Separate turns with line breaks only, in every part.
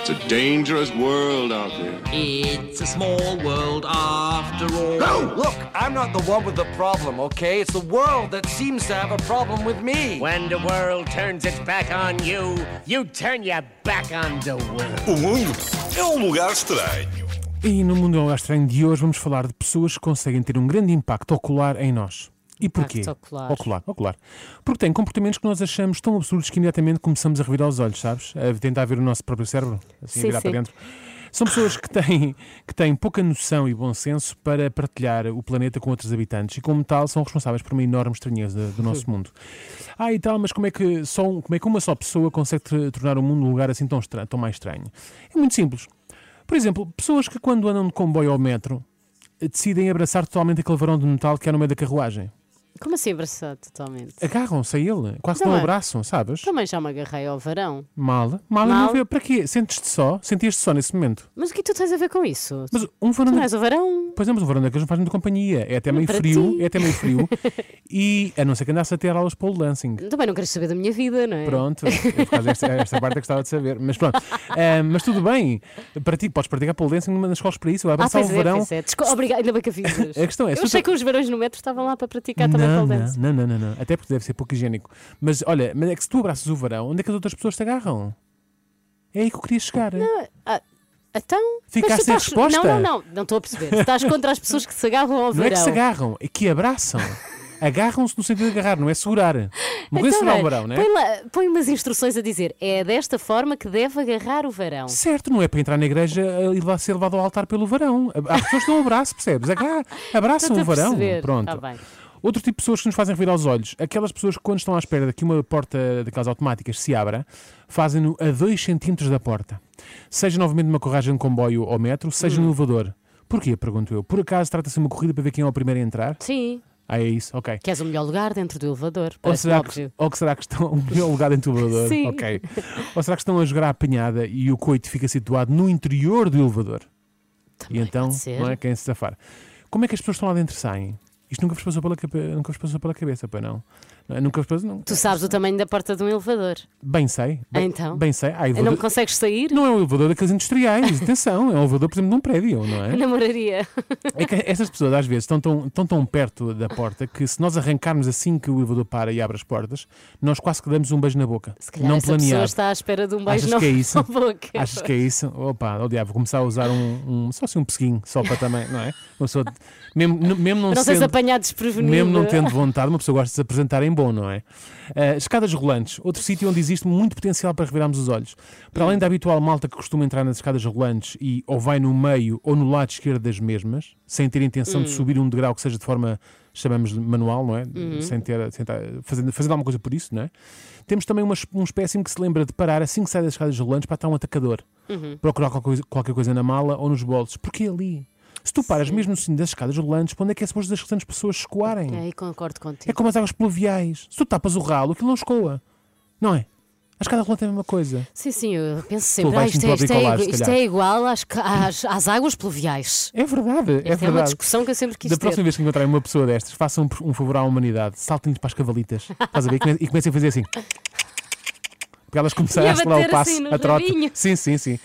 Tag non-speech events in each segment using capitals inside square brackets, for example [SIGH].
It's a dangerous world out there.
It's a small world after all.
No! Look, I'm not the one with the problem, okay? It's the world that seems to have a problem with me.
When the world turns its back on you, you turn your back on the world.
O mundo é um lugar estranho.
E no Mundo é um Lugar Estranho de hoje vamos falar de pessoas que conseguem ter um grande impacto ocular em nós. E porquê?
Impacto ocular.
ocular. ocular. Porque têm comportamentos que nós achamos tão absurdos que imediatamente começamos a revirar os olhos, sabes? A tentar ver o nosso próprio cérebro, assim, a
Sim,
virar para
sim.
dentro. São pessoas que têm, que têm pouca noção e bom senso para partilhar o planeta com outros habitantes e, como tal, são responsáveis por uma enorme estranheza do nosso mundo. Ah, e tal, mas como é que, só, um- como é que uma só pessoa consegue tr- tornar o mundo um lugar assim tão, estra- tão mais estranho? É muito simples. Por exemplo, pessoas que quando andam de comboio ao metro eh, decidem abraçar totalmente aquele varão de metal que há no meio da carruagem.
Como assim abraçado totalmente?
Agarram-se a ele, quase que
Não
não
é?
abraçam, sabes?
Também já me agarrei ao varão.
Mal, mal, não
Mal.
vê. Para quê? Sentes-te só? Sentias-te só nesse momento?
Mas o que tu tens a ver com isso?
Mas um varão
Tu não
da...
és o varão.
Pois é, mas um varão daqueles não faz muita companhia. É até meio
para
frio,
ti.
é até meio
[LAUGHS]
frio. e a não ser que andasse a ter aulas de pole dancing.
Também não queres saber da minha vida, não é?
Pronto, é por causa desta, esta parte é que gostava de saber. Mas pronto, Ah, mas tudo bem. Prati- podes praticar pole dancing numa das escolas para isso.
Ah,
Abraçar o
pois é,
varão
pois é. Desco- Obrigada, ainda bem que
[LAUGHS]
avisas.
A questão é, se
Eu
tu
achei
te-
que os varões no metro estavam lá para praticar também
não,
pole
não,
dance.
não, não, não, não. Até porque deve ser pouco higiênico. Mas olha, mas é que se tu abraças o varão, onde é que as outras pessoas te agarram? É aí que eu queria chegar.
Ah, então.
Ficaste
mas tu
sem
estás-
resposta?
Não, não, não. Não estou a perceber. Tu Estás contra as pessoas que se agarram ao
Não
varão.
é que se agarram, é que abraçam. Agarram-se no sentido de agarrar, não é segurar. Uma coisa é segurar o varão, não é?
Então, põe, lá- põe umas instruções a dizer. É desta forma que deve agarrar o varão.
Certo, não é para entrar na igreja eh, e lá ser levado ao altar pelo varão. Há pessoas que dão um abraço, percebes? Agar- Abraçam
Estou-te
o
a
um varão.
perceber.
Pronto.
Tá bem.
Outro tipo de pessoas que nos fazem revirar os olhos, aquelas pessoas que quando estão à espera de que uma porta daquelas automáticas se abra, fazem-no a 2 centímetros da porta. Seja novamente numa corragem de comboio ou metro, seja
Hum.
no elevador. Porquê? Pergunto eu. Por acaso trata-se de uma corrida para ver quem é o primeiro a entrar?
Sim.
Ah, é isso? Ok.
Queres o melhor lugar dentro do elevador?
Ou
Parece
será, que,
óbvio.
ou que será que estão [LAUGHS] o melhor lugar dentro do elevador?
Sim.
Ok. Ou será que estão a jogar à apanhada e o coito fica situado no interior do elevador?
Também
e então
pode ser.
não é quem se safar. Como é que as pessoas que estão lá dentro saem? Isto nunca vos passou pela, cabe- nunca vos passou pela cabeça, para não? Não é? Nunca vos passou, não.
Tu sabes o tamanho da porta de um elevador.
Bem sei. Bem,
Então?
Bem sei. Há
Não
elevador-
consegues sair?
Não é um elevador daqueles industriais, atenção, é um elevador, por exemplo, de um prédio, não é?
Namoraria.
É que essas pessoas às vezes estão tão, estão tão perto da porta que se nós arrancarmos assim que o elevador para e abre as portas, nós quase que damos um beijo na boca.
Se calhar
não
essa pessoa
planeado.
está à espera de um beijo
Achas
na
que é isso?
[LAUGHS] na boca.
Achas que é isso? Opa, oh diabo, vou começar a usar um, um- só assim um pesquinho, só para também, não é? Uma pessoa, mesmo, n- mesmo não,
Não seres
sendo,
apanhado desprevenido.
mesmo não tendo vontade, uma pessoa gosta de se apresentar em bom, não é? Ah, escadas rolantes, outro sítio onde existe muito potencial para revirarmos os olhos. Para além da habitual malta que costuma entrar nas escadas rolantes e ou vai no meio ou no lado esquerdo das mesmas, sem ter intenção de subir um degrau que seja de forma, chamamos de manual, não é? Sem ter, sem estar- fazendo, fazendo alguma coisa por isso, não é? Temos também uma, um espécime que se lembra de parar assim que sai das escadas rolantes para estar um atacador. Procurar qualquer coisa, qualquer coisa na mala ou nos bolsos. Porque é ali. Se tu paras mesmo no sino das escadas rolantes, para onde é que é suposto as restantes pessoas escoarem?
Aí concordo
É
contigo.
como as águas pluviais. Se tu tapas o ralo, aquilo não escoa. Não é? A escada rolante é a mesma coisa.
Sim, sim, eu penso sempre. Ah,
vais-me
isto
para
é,
o
isto é
bricolage,
igu-
se
isto
calhar.
é igual às, ca- às, às águas pluviais.
É verdade. é
Esta é uma
verdade.
discussão que eu sempre quis
da
ter.
próxima vez que encontrarem uma pessoa destas, façam um favor à humanidade, saltem-lhes para as cavalitas, estás a ver? E come- E comecem a fazer assim. Porque elas começaram
E a
a lá o
bater
passo,
assim no
a trote.
rabinho.
Sim, sim, sim.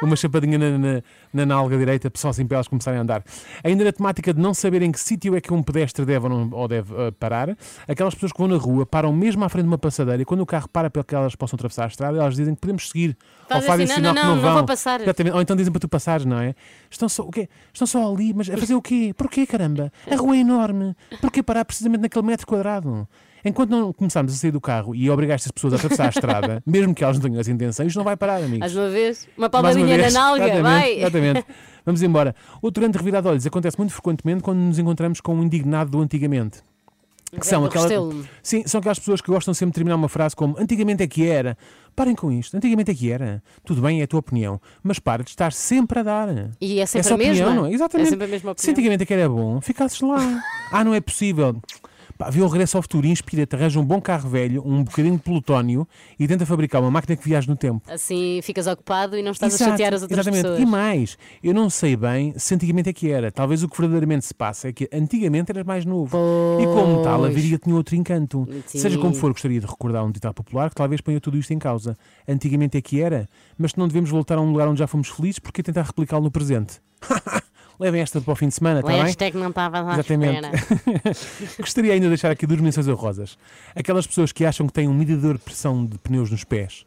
Uma chapadinha na, na, na nalga direita, pessoal, assim para elas começarem a andar. Ainda na temática de não saberem que sítio é que um pedestre deve ou, não, ou deve eh, parar, aquelas pessoas que vão na rua param mesmo à frente de uma passadeira e quando o carro para para que elas possam atravessar a estrada, elas dizem que podemos seguir.
Fazem
ou fazem
assim,
sinal
não, não,
que não
não,
vão.
não vou passar.
Exatamente. Ou então dizem para tu passares, não é? Estão só, o quê? Estão só ali, mas a fazer o quê? Porquê, caramba? A rua é enorme. Porquê parar precisamente naquele metro quadrado? Enquanto não começarmos a sair do carro e obrigar estas pessoas a atravessar a estrada, [LAUGHS] mesmo que elas não tenham essa intenção, isto não vai parar, amigos.
Mais uma vez, uma
Mais uma
palmadinha
vez.
na nalga,
Exatamente,
vai. [LAUGHS]
Exatamente. Vamos embora. Outro grande revirar de olhos acontece muito frequentemente quando nos encontramos com um indignado do antigamente. Que são,
do
aquela,
Restelo.
sim, são aquelas pessoas que gostam sempre de terminar uma frase como antigamente é que era. Parem com isto, antigamente é que era. Tudo bem, é a tua opinião, mas para de estar sempre a dar.
E é sempre
Essa
a mesma?
opinião, não é? Exatamente.
É sempre a mesma
Se
opinião. [LAUGHS]
antigamente é que era bom, ficasses lá. ah, não é possível. Pá, vê o regresso ao futuro, inspira-te, arranja um bom carro velho, um bocadinho de plutónio e tenta fabricar uma máquina que viaje no tempo.
Assim ficas ocupado e não estás
Exato,
a chatear as outras
exatamente.
pessoas.
E mais, eu não sei bem se antigamente é que era. Talvez o que verdadeiramente se passa é que antigamente eras mais novo. E como tal, a
Pois.
viria tinha outro encanto.
Sim.
Seja como for, gostaria de recordar um ditado popular que talvez ponha tudo isto em causa. Antigamente é que era, mas não devemos voltar a um lugar onde já fomos felizes porque tentar replicá-lo no presente. [LAUGHS] Levem esta para o fim de semana, está tá bem?
Hashtag não estava lá à
Exatamente.
espera.
Gostaria ainda de deixar aqui duas menções honrosas. Aquelas pessoas que acham que têm um medidor de pressão de pneus nos pés.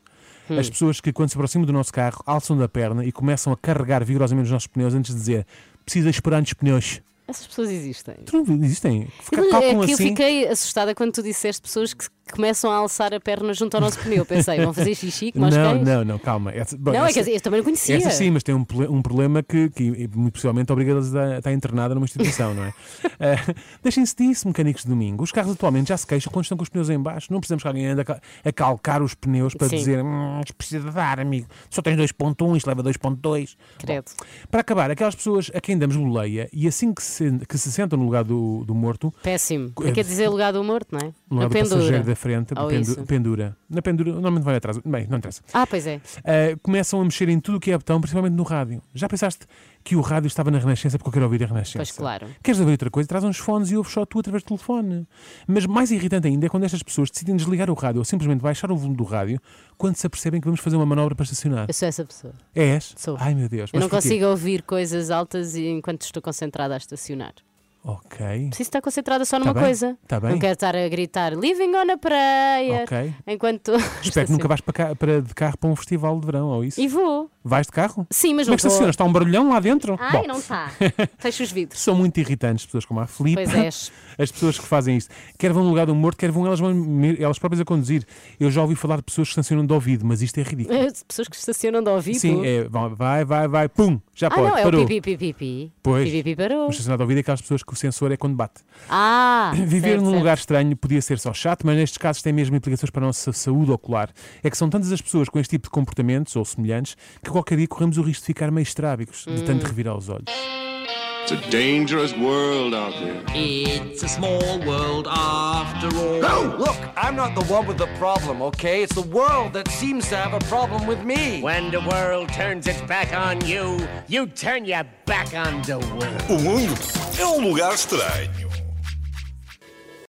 Hum.
As pessoas que, quando se aproximam do nosso carro, alçam da perna e começam a carregar vigorosamente os nossos pneus antes de dizer precisa esperar nos pneus.
Essas pessoas existem.
Tu não existem. Fica-
é
Calculam
que eu
assim.
fiquei assustada quando tu disseste pessoas que começam a alçar a perna junto ao nosso pneu. Pensei, vão fazer xixi, como aos
Não,
cães?
não, não, calma. Essa- bom,
é Não, é
essa-
que eu também não conhecia.
Essa sim, mas tem um, ple- um problema que, que muito possivelmente obriga-las a estar internada numa instituição,
[LAUGHS]
não é? Ah, Deixem-se disso, mecânicos de domingo. Os carros atualmente já se queixam quando estão com os pneus em baixo. Não precisamos que alguém ande a cal- a calcar os pneus para
Sim.
dizer hum, isto precisa dar, amigo. Só tens 2.1, isto leva 2.2.
Credo.
Bom, Para acabar, aquelas pessoas a quem damos boleia e assim que se, que se sentam no lugar do, do morto,
Péssimo.
É-
Não quer dizer lugar do morto, não é?
no lugar
Na
do passageiro da
pendura.
frente,
Ou
pendu-
isso.
pendura. Na pendura, normalmente vai atrás. Bem, não interessa.
Ah, pois é.
Uh, começam a mexer em tudo o que é botão, principalmente no rádio. Já pensaste que o rádio estava na Renascença porque eu quero ouvir a Renascença?
Pois claro.
Queres ouvir outra coisa? Traz uns fones e ouves só tu através do telefone. Mas mais irritante ainda é quando estas pessoas decidem desligar o rádio ou simplesmente baixar o volume do rádio quando se apercebem que vamos fazer uma manobra para estacionar. É
Eu sou essa pessoa.
És?
Sou.
Ai meu Deus.
Eu
mas
não
porquê?
consigo ouvir coisas altas e- enquanto estou concentrada a estacionar.
Ok.
Preciso estar concentrada só numa
bem,
coisa.
tá bem.
Não quero estar a gritar living on a praia
Ok.
enquanto.
Espero
[LAUGHS]
que nunca vais para, cá- para de carro para um festival de verão ou isso.
E vou.
Vais de carro?
Sim, mas
Como é
não
que
vou.
estacionas? Está um barulhão lá dentro?
Ai,
Bom,
não tá. está.
[LAUGHS]
Fecha os vidros.
São muito irritantes pessoas como a Filipe.
Pois é, és.
as pessoas que fazem isto. Quer vão no lugar do morto, quer vão elas, vão elas próprias a conduzir. Eu já ouvi falar de pessoas que estacionam de ouvido, mas isto é ridículo.
As [LAUGHS] Pessoas que estacionam de ouvido.
Sim, é, vai, vai, vai, pum, já
ah,
pode,
não, é
parou.
o pipi, pipi, pipi.
Pois.
Pipi, pipi, parou.
Mas estacionar de ouvido é aquelas pessoas que o sensor é quando bate.
Ah,
Viver
certo,
num
certo.
lugar estranho podia ser só chato, mas nestes casos tem mesmo implicações para a nossa saúde ocular. É que são tantas as pessoas com este tipo de comportamentos ou semelhantes que qualquer dia corremos o risco de ficar meio estrábicos, de
Hum.
tanto revirar os olhos.
It's a dangerous world out there.
It's a small world after all.
Look, I'm not the one with the problem, okay? It's the world that seems to have a problem with me.
When the world turns its back on you, you turn your back on the world.
O mundo é um lugar estranho.